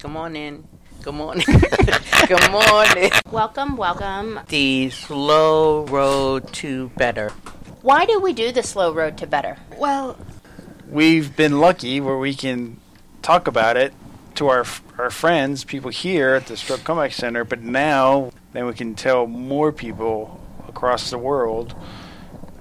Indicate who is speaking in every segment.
Speaker 1: Come on in. Come on. in. Come on. in.
Speaker 2: Welcome, welcome.
Speaker 1: The slow road to better.
Speaker 2: Why do we do the slow road to better?
Speaker 3: Well, we've been lucky where we can talk about it to our our friends, people here at the Stroke Comeback Center, but now then we can tell more people across the world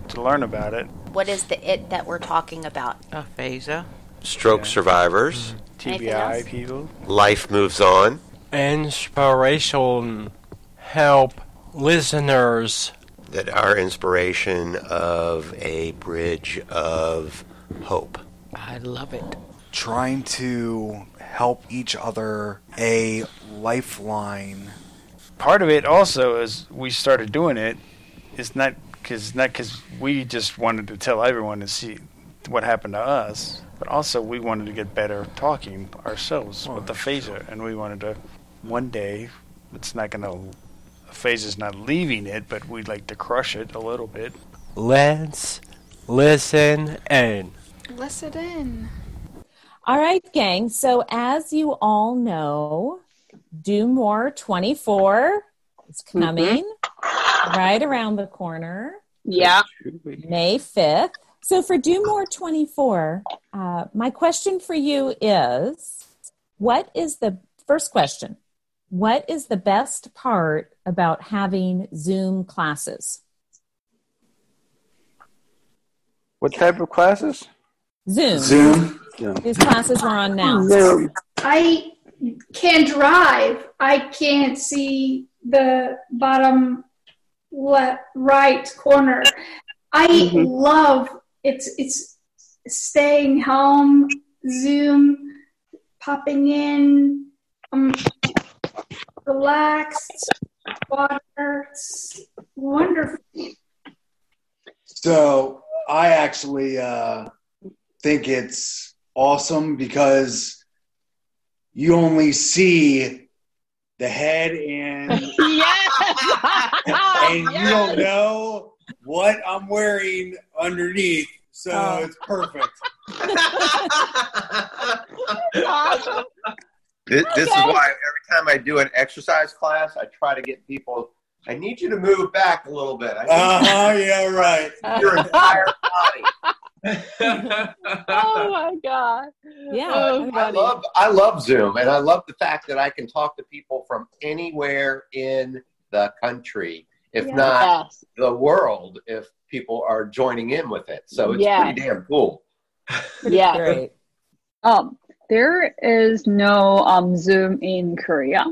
Speaker 3: to learn about it.
Speaker 2: What is the it that we're talking about?
Speaker 1: Uh, Aphasia.
Speaker 4: Stroke survivors.
Speaker 2: Anything else?
Speaker 3: TBI people.
Speaker 4: Life moves on.
Speaker 5: Inspiration. Help listeners.
Speaker 4: That our inspiration of a bridge of hope.
Speaker 1: I love it.
Speaker 6: trying to help each other a lifeline.
Speaker 3: Part of it also is we started doing it. It's not because not because we just wanted to tell everyone to see what happened to us, but also we wanted to get better talking ourselves with the phaser, and we wanted to one day. It's not gonna. Phaser's not leaving it, but we'd like to crush it a little bit.
Speaker 5: Let's listen in.
Speaker 7: Listen in.
Speaker 8: All right, gang. So, as you all know, Do More 24 is
Speaker 9: Mm-hmm.
Speaker 8: coming right around the corner,
Speaker 9: Yeah.
Speaker 8: May 5th. So, for Do More 24, uh, my question for you is what is the first question? What is the best part about having Zoom classes?
Speaker 10: What type of classes?
Speaker 8: Zoom.
Speaker 10: Zoom. Yeah.
Speaker 8: These classes we're on now.
Speaker 10: Zoom.
Speaker 7: I can drive. I can't see the bottom left, right corner. I
Speaker 9: Mhm.
Speaker 7: love it's it's staying home, Zoom, popping in, um, relaxed, water. It's wonderful.
Speaker 11: So I actually uh, think it's awesome because you only see the head and and
Speaker 9: Yes.
Speaker 11: you don't know what I'm wearing underneath. So
Speaker 8: Oh.
Speaker 11: it's perfect.
Speaker 9: Awesome.
Speaker 4: This, this is
Speaker 8: Okay.
Speaker 4: why every time I do an exercise class, I try to get people. I need you to move back a little bit. I need
Speaker 11: Uh, yeah, right.
Speaker 4: your entire body.
Speaker 9: oh my god.
Speaker 8: Yeah.
Speaker 9: Oh,
Speaker 4: I
Speaker 9: funny.
Speaker 4: love I love Zoom, and I love the fact that I can talk to people from anywhere in the country, if
Speaker 7: Yeah.
Speaker 4: not
Speaker 9: Yes.
Speaker 4: the world, if people are joining in with it. So it's
Speaker 9: Yeah.
Speaker 4: pretty damn cool.
Speaker 9: Yeah.
Speaker 8: Great.
Speaker 9: Um, there is no um Zoom in Korea.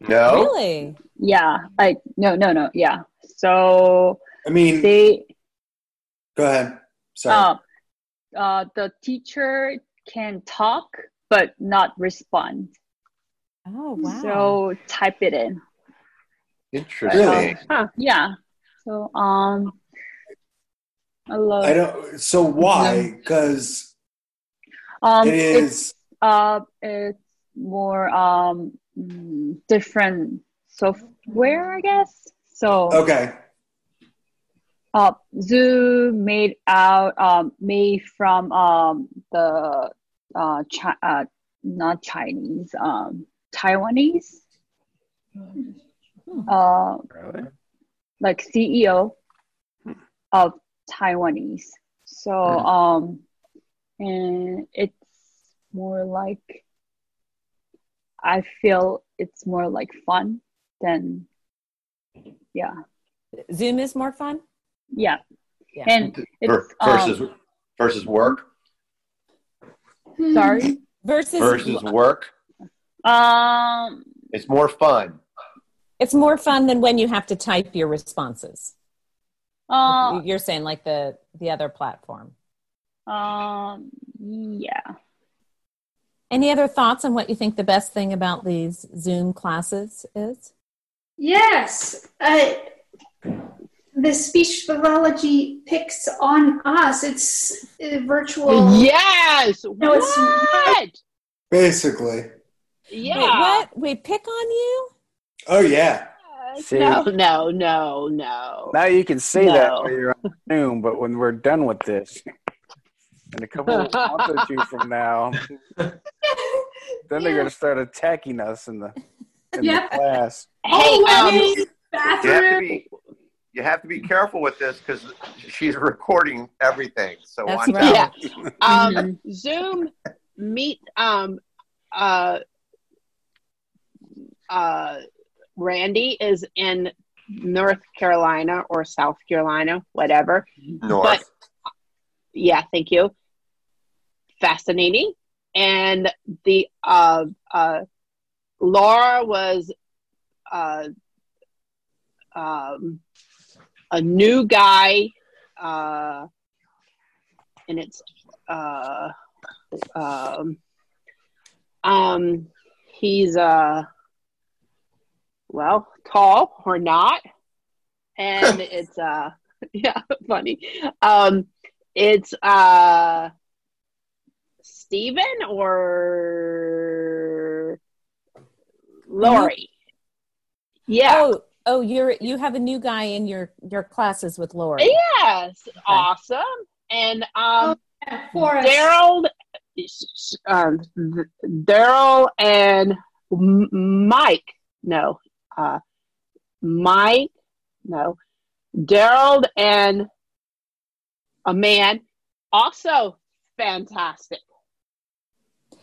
Speaker 4: No,
Speaker 8: Really?
Speaker 9: Yeah. I no no no. Yeah. So
Speaker 11: I mean,
Speaker 9: they
Speaker 11: go ahead. Sorry.
Speaker 9: uh, uh the teacher can talk but not respond.
Speaker 8: Oh, wow.
Speaker 9: So type it in.
Speaker 4: interesting.
Speaker 11: Really?
Speaker 9: Huh, yeah. So um I love
Speaker 11: I don't. So why? Because
Speaker 9: um
Speaker 11: it
Speaker 9: it's
Speaker 11: is.
Speaker 9: uh it's more um mm, different software I guess. So
Speaker 11: Okay.
Speaker 9: uh, Zoom made out um, made from um, the uh, chi- uh, not Chinese um, Taiwanese
Speaker 8: Hmm.
Speaker 9: uh, like CEO
Speaker 4: Hmm.
Speaker 9: of Taiwanese. So um, and it's more like I feel it's more like fun than yeah
Speaker 8: Zoom is more fun?
Speaker 9: yeah,
Speaker 8: Yeah.
Speaker 9: and it's
Speaker 4: Ver-
Speaker 9: um,
Speaker 4: versus versus work
Speaker 9: Hmm. Sorry.
Speaker 8: Versus,
Speaker 4: versus work.
Speaker 9: Um.
Speaker 4: It's more fun.
Speaker 8: it's more fun than when you have to type your responses.
Speaker 9: Uh,
Speaker 8: You're saying like the the other platform.
Speaker 9: um. Yeah.
Speaker 8: Any other thoughts on what you think the best thing about these Zoom classes is?
Speaker 7: Yes. Uh, the speech pathology picks on us. It's uh, virtual.
Speaker 9: yes.
Speaker 7: No, it's-
Speaker 9: what?
Speaker 11: Basically.
Speaker 8: Wait,
Speaker 9: Yeah.
Speaker 8: what? We pick on you?
Speaker 11: Oh yeah.
Speaker 10: See?
Speaker 9: No. No. No. No.
Speaker 10: Now you can say
Speaker 9: No.
Speaker 10: that when you're on Zoom, but when we're done with this, in a couple of months or two from now, Then they're gonna start attacking us in the in
Speaker 7: Yep.
Speaker 10: the class.
Speaker 7: Oh,
Speaker 4: um,
Speaker 7: ladies,
Speaker 4: You have to
Speaker 7: bathroom.
Speaker 4: be, you have to be careful with this because she's recording everything. So
Speaker 12: That's
Speaker 4: watch
Speaker 12: right.
Speaker 4: out.
Speaker 12: Um, Zoom meet um, uh, uh, Randy is in North Carolina or South Carolina, whatever.
Speaker 4: North.
Speaker 12: But yeah, thank you. Fascinating. And the uh, uh, Laura was uh, um, a new guy, uh, and it's uh, um, um, he's uh, well, tall or not, and it's uh, yeah, funny. Um, it's uh, Stephen or Lori. Yeah.
Speaker 8: Oh, oh, you're you have a new guy in your your classes with Lori.
Speaker 12: Yes, awesome. And um,
Speaker 7: Forrest.
Speaker 12: Daryl, um, Daryl and M- Mike. No, uh, Mike. No, Daryl and a man. Also fantastic.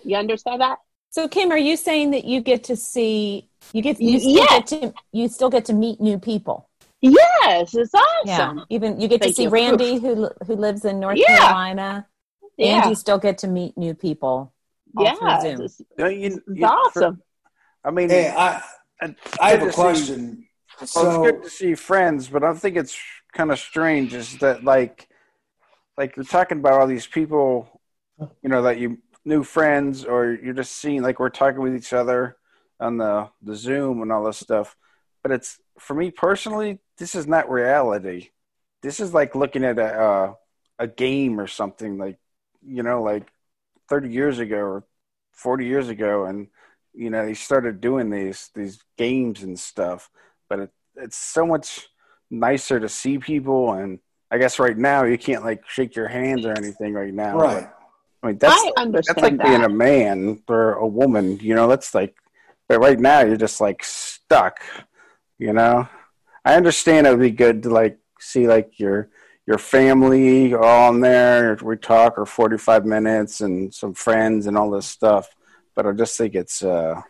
Speaker 12: You understand that?
Speaker 8: So Kim, are you saying that you get to see you get you
Speaker 12: Y-
Speaker 8: still
Speaker 12: yes.
Speaker 8: get to you still get to meet new people?
Speaker 12: Yes, it's
Speaker 8: Yeah.
Speaker 12: awesome.
Speaker 8: Even you get
Speaker 12: Thank
Speaker 8: to see
Speaker 12: you.
Speaker 8: Randy who li- who lives in North
Speaker 12: Yeah.
Speaker 8: Carolina.
Speaker 12: Yeah.
Speaker 8: And you still get to meet new people. all through
Speaker 12: Yeah,
Speaker 8: Zoom.
Speaker 12: it's-
Speaker 10: No, you-
Speaker 12: it's
Speaker 10: you- for-
Speaker 12: awesome.
Speaker 10: I mean,
Speaker 11: Hey, I I have a question.
Speaker 10: well,
Speaker 11: So-
Speaker 10: it's good to see friends, but I think it's kind of strange is that like, like you're talking about all these people, you know, that you new friends or you're just seeing like we're talking with each other on the the Zoom and all this stuff. But it's for me personally, this is not reality. This is like looking at a uh, a game or something like, you know, like thirty years ago or forty years ago, and you know they started doing these these games and stuff but it, it's so much nicer to see people and i guess right now you can't like shake your hands or anything right now
Speaker 11: Right.
Speaker 10: but, i mean that's
Speaker 12: I understand
Speaker 10: that's like
Speaker 12: that.
Speaker 10: being a man or a woman you know that's like but right now you're just like stuck you know i understand it would be good to like see like your your family all in there we talk or 45 minutes and some friends and all this stuff but i just think it's uh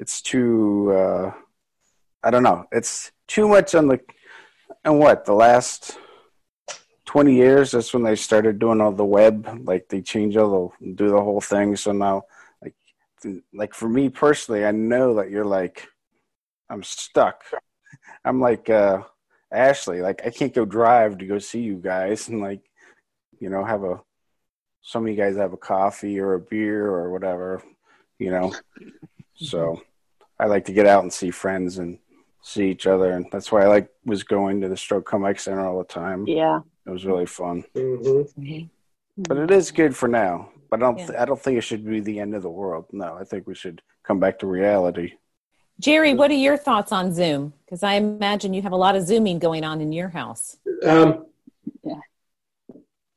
Speaker 10: it's too uh i don't know it's too much on the and what the last 20 years that's when they started doing all the web like they change all the do the whole thing so now like like for me personally i know that you're like i'm stuck i'm like uh ashley like i can't go drive to go see you guys and like you know have a some of you guys have a coffee or a beer or whatever you know so i like to get out and see friends and see each other and that's why i like was going to the stroke comeback center all the time
Speaker 12: Yeah. Mm-hmm.
Speaker 10: it was really fun Mm-hmm. but it
Speaker 8: Mm-hmm.
Speaker 10: is good for now but i don't th- i don't think it should be the end of the world no i think we should come back to reality
Speaker 8: Jerry, what are your thoughts on Zoom? Because I imagine you have a lot of Zooming going on in your house.
Speaker 13: Um,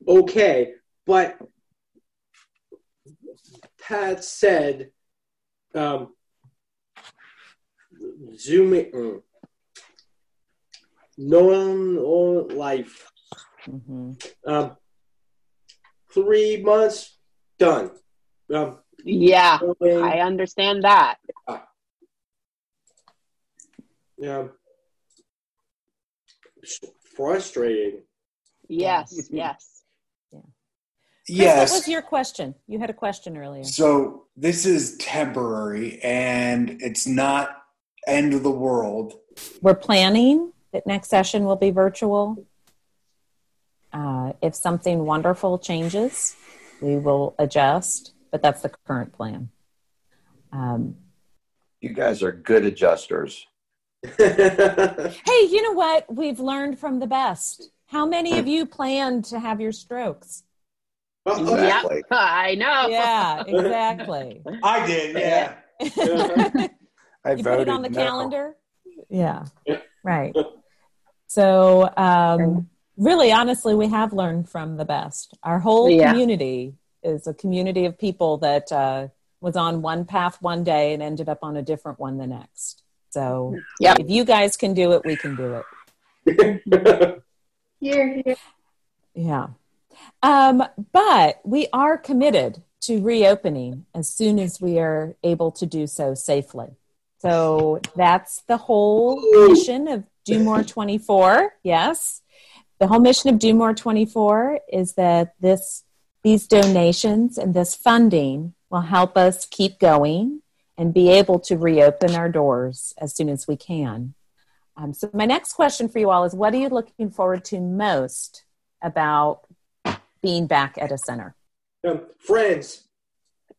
Speaker 13: okay, but Pat said um, zooming mm, known all life.
Speaker 1: Mm-hmm.
Speaker 13: Um, three months done. Um,
Speaker 12: Yeah,
Speaker 13: going,
Speaker 12: I understand that.
Speaker 13: um, frustrating.
Speaker 12: Yes, yes.
Speaker 8: Chris,
Speaker 11: Yes.
Speaker 8: What was your question? You had a question earlier.
Speaker 11: So this is temporary, and it's not end of the world.
Speaker 8: We're planning that next session will be virtual. Uh, if something wonderful changes, we will adjust, but that's the current plan. Um,
Speaker 4: You guys are good adjusters.
Speaker 8: hey, you know what? We've learned from the best. How many
Speaker 10: Hmm.
Speaker 8: of you plan to have your strokes?
Speaker 4: Exactly.
Speaker 12: Yeah, I know.
Speaker 8: Yeah, exactly.
Speaker 11: I did, yeah.
Speaker 10: I
Speaker 8: you put it on the
Speaker 10: voted no.
Speaker 8: calendar? Yeah. Right. So, um, really, honestly, we have learned from the best. Our whole
Speaker 12: Yeah.
Speaker 8: community is a community of people that uh, was on one path one day and ended up on a different one the next. So
Speaker 12: Yep.
Speaker 8: if you guys can do it, we can do it.
Speaker 7: Here, here.
Speaker 8: Yeah. Um, but we are committed to reopening as soon as we are able to do so safely. So that's the whole mission of Do More 24. Yes. The whole mission of Do More 24 is that this these donations and this funding will help us keep going and be able to reopen our doors as soon as we can. Um, so, my next question for you all is what are you looking forward to most about being back at a center?
Speaker 13: Um, friends.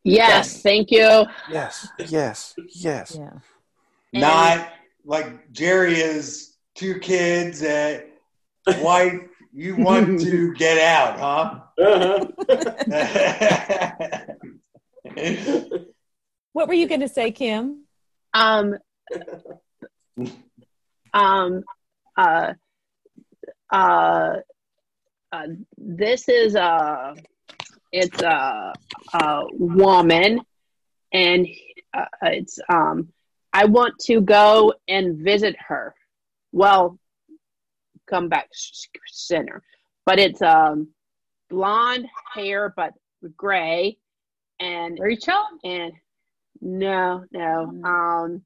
Speaker 12: Yes, thank you.
Speaker 6: Yes, yes, yes.
Speaker 8: Yeah.
Speaker 11: Not like Jerry is two kids and wife. You want to get out,
Speaker 13: huh?
Speaker 8: What were you going to say, Kim?
Speaker 12: Um, um, uh, uh, uh, this is a it's a, a woman, and uh, it's um. I want to go and visit her. Well, come back sh- sh- center, but it's um blonde hair but gray and
Speaker 9: Rachel
Speaker 12: and no, no. Um,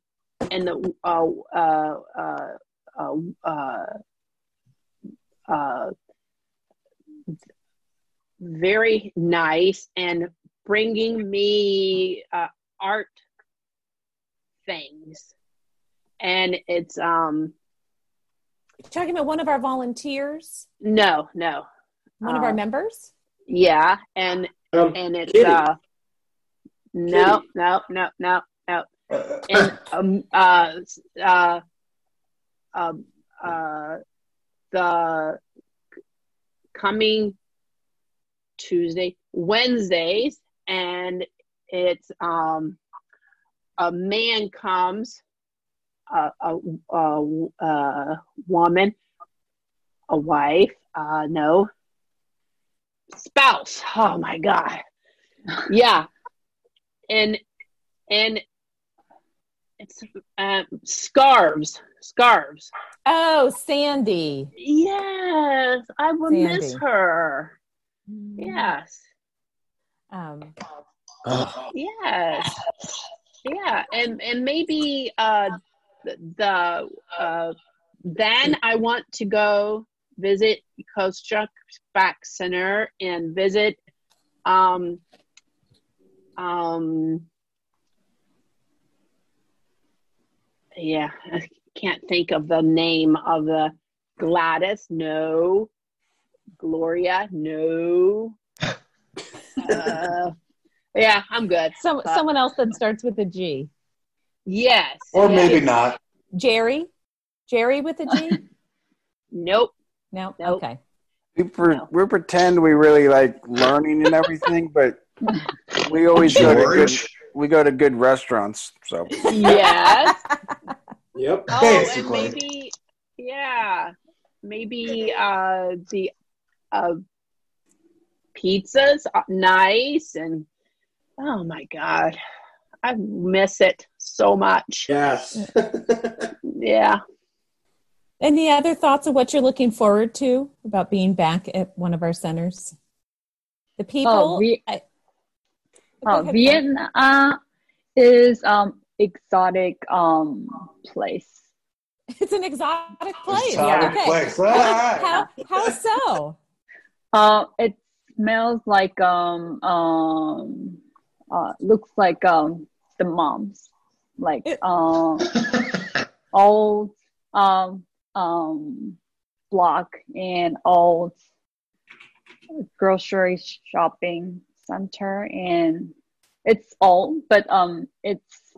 Speaker 12: and the uh uh uh uh uh, uh very nice and bringing me uh, art things, and it's um
Speaker 8: You're talking about one of our volunteers,
Speaker 12: no, no,
Speaker 8: one of our
Speaker 12: Uh,
Speaker 8: members?
Speaker 12: Yeah, and
Speaker 13: Um,
Speaker 12: and it's
Speaker 13: Kitty.
Speaker 12: uh no,
Speaker 13: Kitty.
Speaker 12: no, no, no, no, and um uh s- uh um uh the c- coming Tuesday, Wednesdays, and it's um a man comes, a a a, a woman, a wife, uh no, spouse. Oh my god. Yeah. And and it's um, scarves, scarves.
Speaker 8: Oh, Sandy.
Speaker 12: Yes, I will miss
Speaker 8: Sandy.
Speaker 12: her. Yes.
Speaker 8: Um,
Speaker 12: Yes. Yeah, and and maybe uh th- the uh then I want to go visit Construct Back Center and visit um um yeah, I can't think of the name of the Gladys, no. Gloria, no. Uh, yeah, I'm good.
Speaker 8: some,
Speaker 12: Uh,
Speaker 8: someone else that starts with a G.
Speaker 12: Yes.
Speaker 11: or
Speaker 12: yes.
Speaker 11: maybe not.
Speaker 8: Jerry? Jerry with a G?
Speaker 12: Nope.
Speaker 8: no?
Speaker 12: Nope.
Speaker 8: Okay.
Speaker 10: We, pre- we pretend we really like learning and everything, but we always go to good.
Speaker 11: George?
Speaker 10: We go to good restaurants, so
Speaker 12: Yes.
Speaker 13: Yep.
Speaker 12: Oh, and
Speaker 11: Basically.
Speaker 12: maybe, yeah, maybe uh the uh pizzas are nice and oh my god, I miss it so much.
Speaker 13: Yes.
Speaker 12: Yeah.
Speaker 8: Any other thoughts of what you're looking forward to about being back at one of our centers? The people.
Speaker 9: Oh, we-
Speaker 8: I- Go
Speaker 9: Uh,
Speaker 8: ahead, Kim.
Speaker 9: Vietnam is um exotic um place.
Speaker 8: It's an exotic place.
Speaker 11: Exotic
Speaker 8: okay.
Speaker 11: place.
Speaker 8: How, how so?
Speaker 9: Uh, it smells like um um uh looks like um the moms like um old um um block and old grocery shopping center and it's old but um it's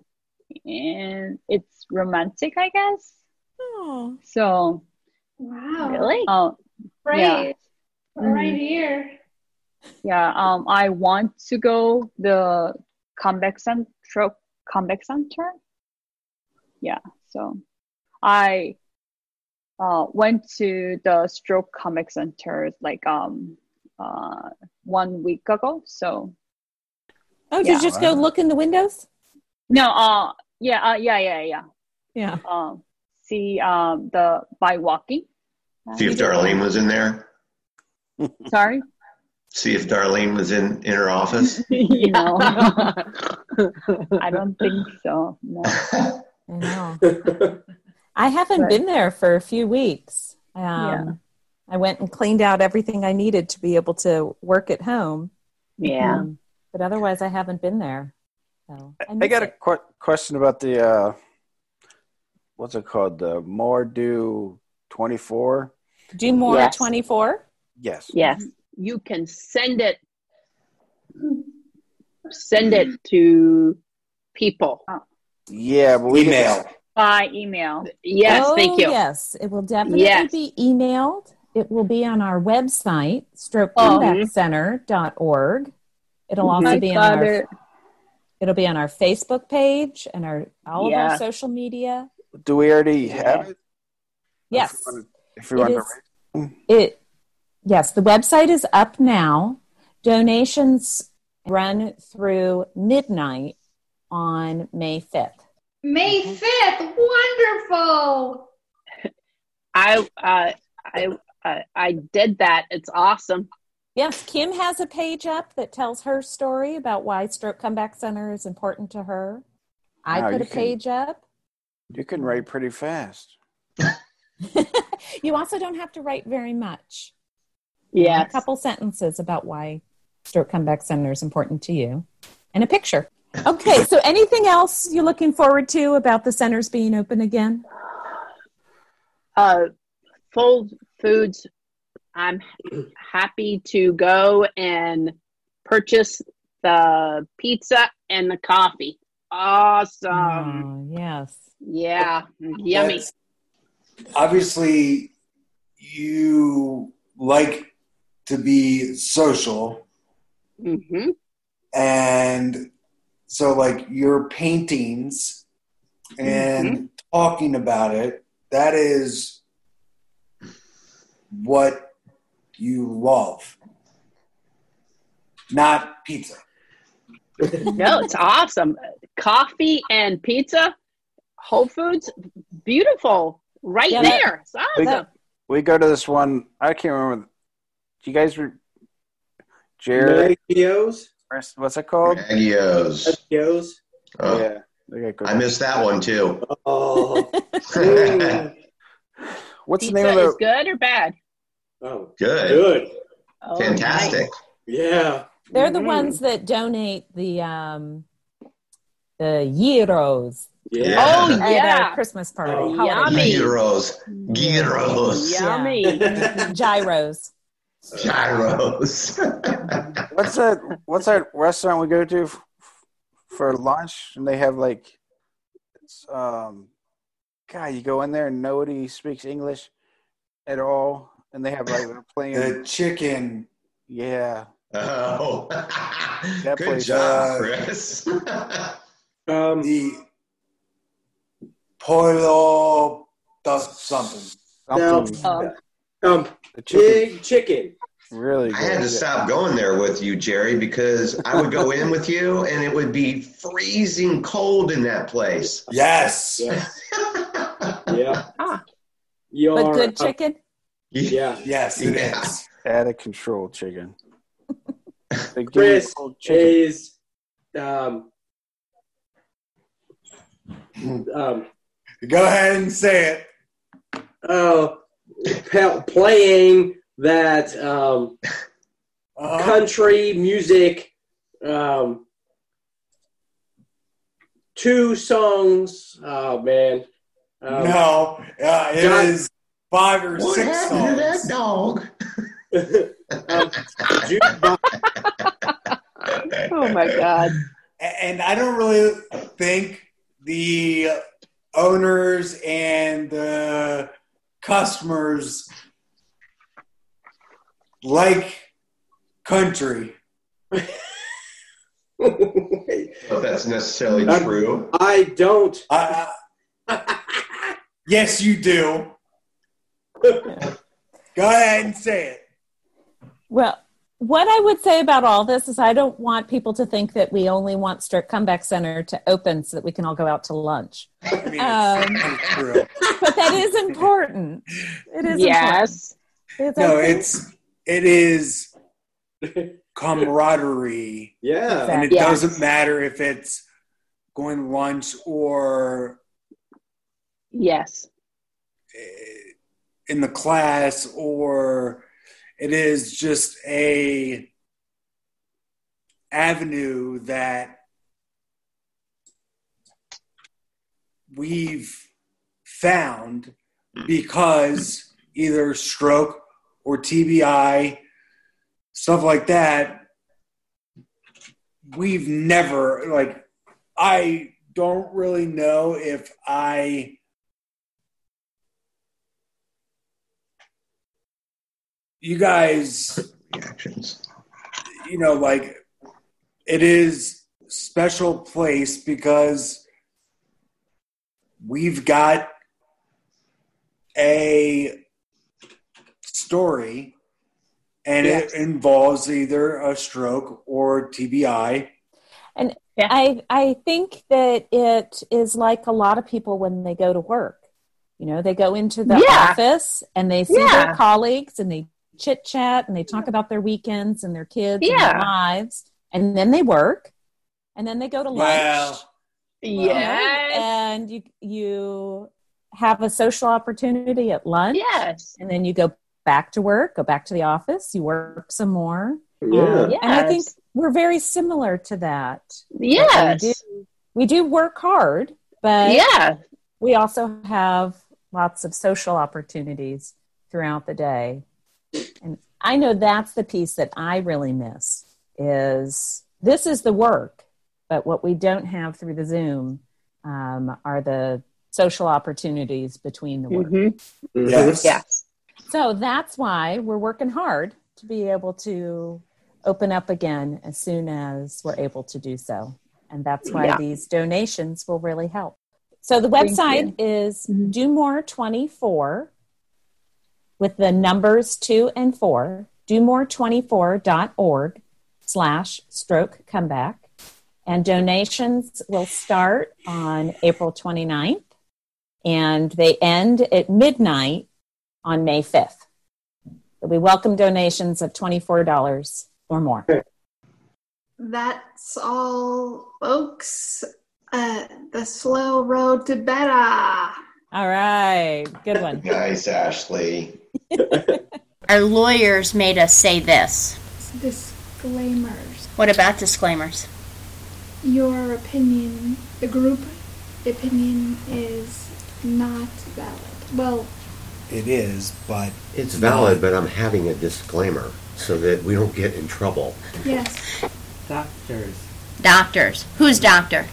Speaker 9: and it's romantic I guess
Speaker 8: Oh,
Speaker 9: so
Speaker 7: Wow.
Speaker 9: uh, yeah.
Speaker 7: Right. Oh, Right
Speaker 9: Mhm.
Speaker 7: here.
Speaker 9: Yeah, um, I want to go the comeback center, comeback center. Yeah, so I uh went to the stroke comeback center like um uh one week ago. So
Speaker 8: Oh, did you just go look in the windows?
Speaker 9: No. Uh. Yeah. Uh, yeah. Yeah. Yeah.
Speaker 8: Yeah.
Speaker 9: Um. See. Um. The by walking.
Speaker 14: See if Darlene was in there.
Speaker 9: Sorry.
Speaker 14: See if Darlene was in, in her office.
Speaker 9: you know. I don't think so. No.
Speaker 8: I know. I haven't been there for a few weeks. Um,
Speaker 9: Yeah.
Speaker 8: I went and cleaned out everything I needed to be able to work at home. Um,
Speaker 12: Yeah.
Speaker 8: but otherwise, I haven't been there. So I,
Speaker 10: I
Speaker 8: miss
Speaker 10: got a
Speaker 8: it.
Speaker 10: qu- question about the uh, what's it called? The Mordu twenty four.
Speaker 8: Do more
Speaker 10: Yes.
Speaker 8: 24?
Speaker 10: Yes.
Speaker 12: Yes. You can send it send it to people.
Speaker 8: Oh.
Speaker 10: Yeah, but we
Speaker 11: Email.
Speaker 9: By email.
Speaker 12: Yes, thank you.
Speaker 8: Oh, Yes, it will definitely
Speaker 12: Yes.
Speaker 8: be emailed. It will be on our website,
Speaker 9: Oh.
Speaker 8: strokecomebackcenter.org. It'll
Speaker 12: Mm-hmm.
Speaker 9: Mhm. I
Speaker 8: also be
Speaker 9: got
Speaker 8: on our
Speaker 9: it.
Speaker 8: will be on our Facebook page and our all of
Speaker 10: Yeah.
Speaker 8: our social media.
Speaker 10: Do we already have it?
Speaker 8: Yes.
Speaker 10: If we want
Speaker 8: It
Speaker 10: to,
Speaker 8: is- it yes the website is up now donations run through midnight on may 5th
Speaker 7: May
Speaker 8: Mm-hmm.
Speaker 7: 5th. Wonderful.
Speaker 12: I uh, I uh, I did that. It's awesome.
Speaker 8: yes kim has a page up that tells her story about why stroke comeback center is important to her i
Speaker 10: Wow,
Speaker 8: put
Speaker 10: you
Speaker 8: a
Speaker 10: can-
Speaker 8: page up
Speaker 10: you can write pretty fast.
Speaker 8: you also don't have to write very much
Speaker 12: yeah
Speaker 8: a couple sentences about why stroke comeback center is important to you and a picture okay so anything else you're looking forward to about the centers being open again
Speaker 12: Uh, full foods. I'm happy to go and purchase the pizza and the coffee. Awesome.
Speaker 8: yes.
Speaker 12: Yeah. Yummy.
Speaker 11: That's- obviously you like to be social
Speaker 12: Mm-hmm.
Speaker 11: and so like your paintings and talking about it that is what you love not pizza
Speaker 12: no, it's awesome. Coffee and pizza, Whole Foods, beautiful. Right
Speaker 10: Yeah, that-
Speaker 12: there. it's
Speaker 10: We,
Speaker 12: awesome.
Speaker 10: we go to this one. I can't remember. Do you guys? Re- Jared.
Speaker 13: Magios.
Speaker 10: What's it called?
Speaker 14: Magios.
Speaker 13: Magios.
Speaker 14: Oh,
Speaker 10: yeah. They got good-
Speaker 14: I missed that one too.
Speaker 13: Oh.
Speaker 10: What's
Speaker 12: pizza
Speaker 10: the name of
Speaker 12: is
Speaker 10: the?
Speaker 12: good or bad?
Speaker 13: Oh,
Speaker 14: Good.
Speaker 13: good.
Speaker 12: Oh,
Speaker 14: Fantastic.
Speaker 13: Yeah.
Speaker 8: They're the
Speaker 12: Mm.
Speaker 8: ones that donate the um the gyros.
Speaker 14: Yeah.
Speaker 12: Oh,
Speaker 8: at our
Speaker 12: yeah.
Speaker 8: Christmas party,
Speaker 12: Oh.
Speaker 8: holiday party.
Speaker 14: Gyros. Gyros.
Speaker 12: Yummy.
Speaker 8: gyros.
Speaker 14: Gyros.
Speaker 10: What's that? What's that restaurant we go to f- for lunch? And they have like, it's, um, God, you go in there and nobody speaks English at all, and they have like they're playing
Speaker 11: the chicken
Speaker 10: Yeah.
Speaker 14: Oh.
Speaker 10: That
Speaker 14: Good
Speaker 10: place.
Speaker 14: job,
Speaker 10: uh,
Speaker 14: Chris.
Speaker 13: Um,
Speaker 11: the pollo does something.
Speaker 13: Now,
Speaker 12: Um,
Speaker 13: um, big chicken.
Speaker 10: Really?
Speaker 14: I had to stop going there with you, Jerry, because I would go in with you and it would be freezing cold in that place.
Speaker 11: Yes.
Speaker 13: Yeah. yeah.
Speaker 12: Ah.
Speaker 13: You
Speaker 8: But
Speaker 13: are,
Speaker 8: good
Speaker 13: uh,
Speaker 8: chicken.
Speaker 13: yeah.
Speaker 11: Yes, it is.
Speaker 10: out of control chicken. They give you
Speaker 13: Chris
Speaker 10: cold chicken.
Speaker 13: is um, um,
Speaker 11: Go ahead and say it.
Speaker 13: uh, pa- playing that um,
Speaker 11: Uh-huh.
Speaker 13: country music, um, two songs. Oh man, um,
Speaker 11: no, uh, it
Speaker 13: John-
Speaker 11: is five or
Speaker 14: What
Speaker 11: six
Speaker 14: happened to
Speaker 11: songs.
Speaker 14: that dog?
Speaker 13: um, jukebox.
Speaker 12: Oh my god.
Speaker 11: A- And I don't really think the owners and the customers like country.
Speaker 14: I don't know if that's necessarily
Speaker 13: Um,
Speaker 14: true.
Speaker 13: I don't.
Speaker 11: Uh, yes, you do. Go ahead and say it.
Speaker 8: Well, what I would say about all this is I don't want people to think that we only want Strip Comeback Center to open so that we can all go out to lunch. Um, but that is important. It is
Speaker 12: Yes.
Speaker 8: important.
Speaker 11: no,
Speaker 8: important.
Speaker 11: it's it is camaraderie.
Speaker 13: Yeah.
Speaker 11: and it
Speaker 13: Yes.
Speaker 11: doesn't matter if it's going to lunch or
Speaker 12: Yes.
Speaker 11: in the class or it is just a avenue that we've found because either stroke or TBI, stuff like that, we've never, like, I don't really know if I you guys
Speaker 14: reactions
Speaker 11: you know like it is special place because we've got a story and
Speaker 8: Yes.
Speaker 11: it involves either a stroke or TBI
Speaker 8: And I I think that it is like a lot of people when they go to work. You know, they go into the
Speaker 12: Yeah.
Speaker 8: office and they see
Speaker 12: Yeah.
Speaker 8: their colleagues and they chit chat and they talk about their weekends and their kids and
Speaker 12: Yeah.
Speaker 8: their lives. And then they work. And then they go to lunch. you know, And you you have a social opportunity at lunch.
Speaker 12: Yes.
Speaker 8: And then you go back to work, go back to the office, you work some more.
Speaker 13: Yeah.
Speaker 8: And I think
Speaker 12: Um, Yes.
Speaker 8: we're very similar to that.
Speaker 12: Yes.
Speaker 8: We do, we do work hard, but
Speaker 12: Yeah.
Speaker 8: we also have lots of social opportunities throughout the day. And I know that's the piece that I really miss is this is the work, but what we don't have through the Zoom um, are the social opportunities between the work.
Speaker 11: Yes.
Speaker 12: Yes.
Speaker 8: So that's why we're working hard to be able to open up again as soon as we're able to do so. And that's why
Speaker 12: Yeah.
Speaker 8: these donations will really help. So the
Speaker 12: Thank
Speaker 8: website is do more 24 with the numbers two and four, do more 24.org slash stroke comeback. And donations will start on April 29th and they end at midnight on May 5th. We welcome donations of $24 or more.
Speaker 7: That's all, folks. Uh, the slow road to better.
Speaker 8: All right. Good one.
Speaker 14: Nice, Ashley.
Speaker 2: Our lawyers made us say this.
Speaker 7: Disclaimers.
Speaker 2: What about disclaimers?
Speaker 7: Your opinion, the group opinion, is not valid. Well,
Speaker 11: it is but
Speaker 15: It's valid, but I'm having a disclaimer so that we don't get in trouble.
Speaker 7: yes.
Speaker 16: Doctors.
Speaker 2: Doctors. Who's doctor?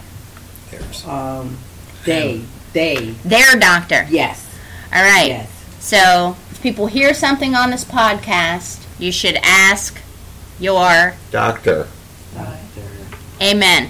Speaker 16: Um, they. They.
Speaker 2: Their doctor.
Speaker 16: Yes.
Speaker 2: All right.
Speaker 16: Yes.
Speaker 2: So if people hear something on this podcast, you should ask your
Speaker 15: Doctor.
Speaker 2: amen.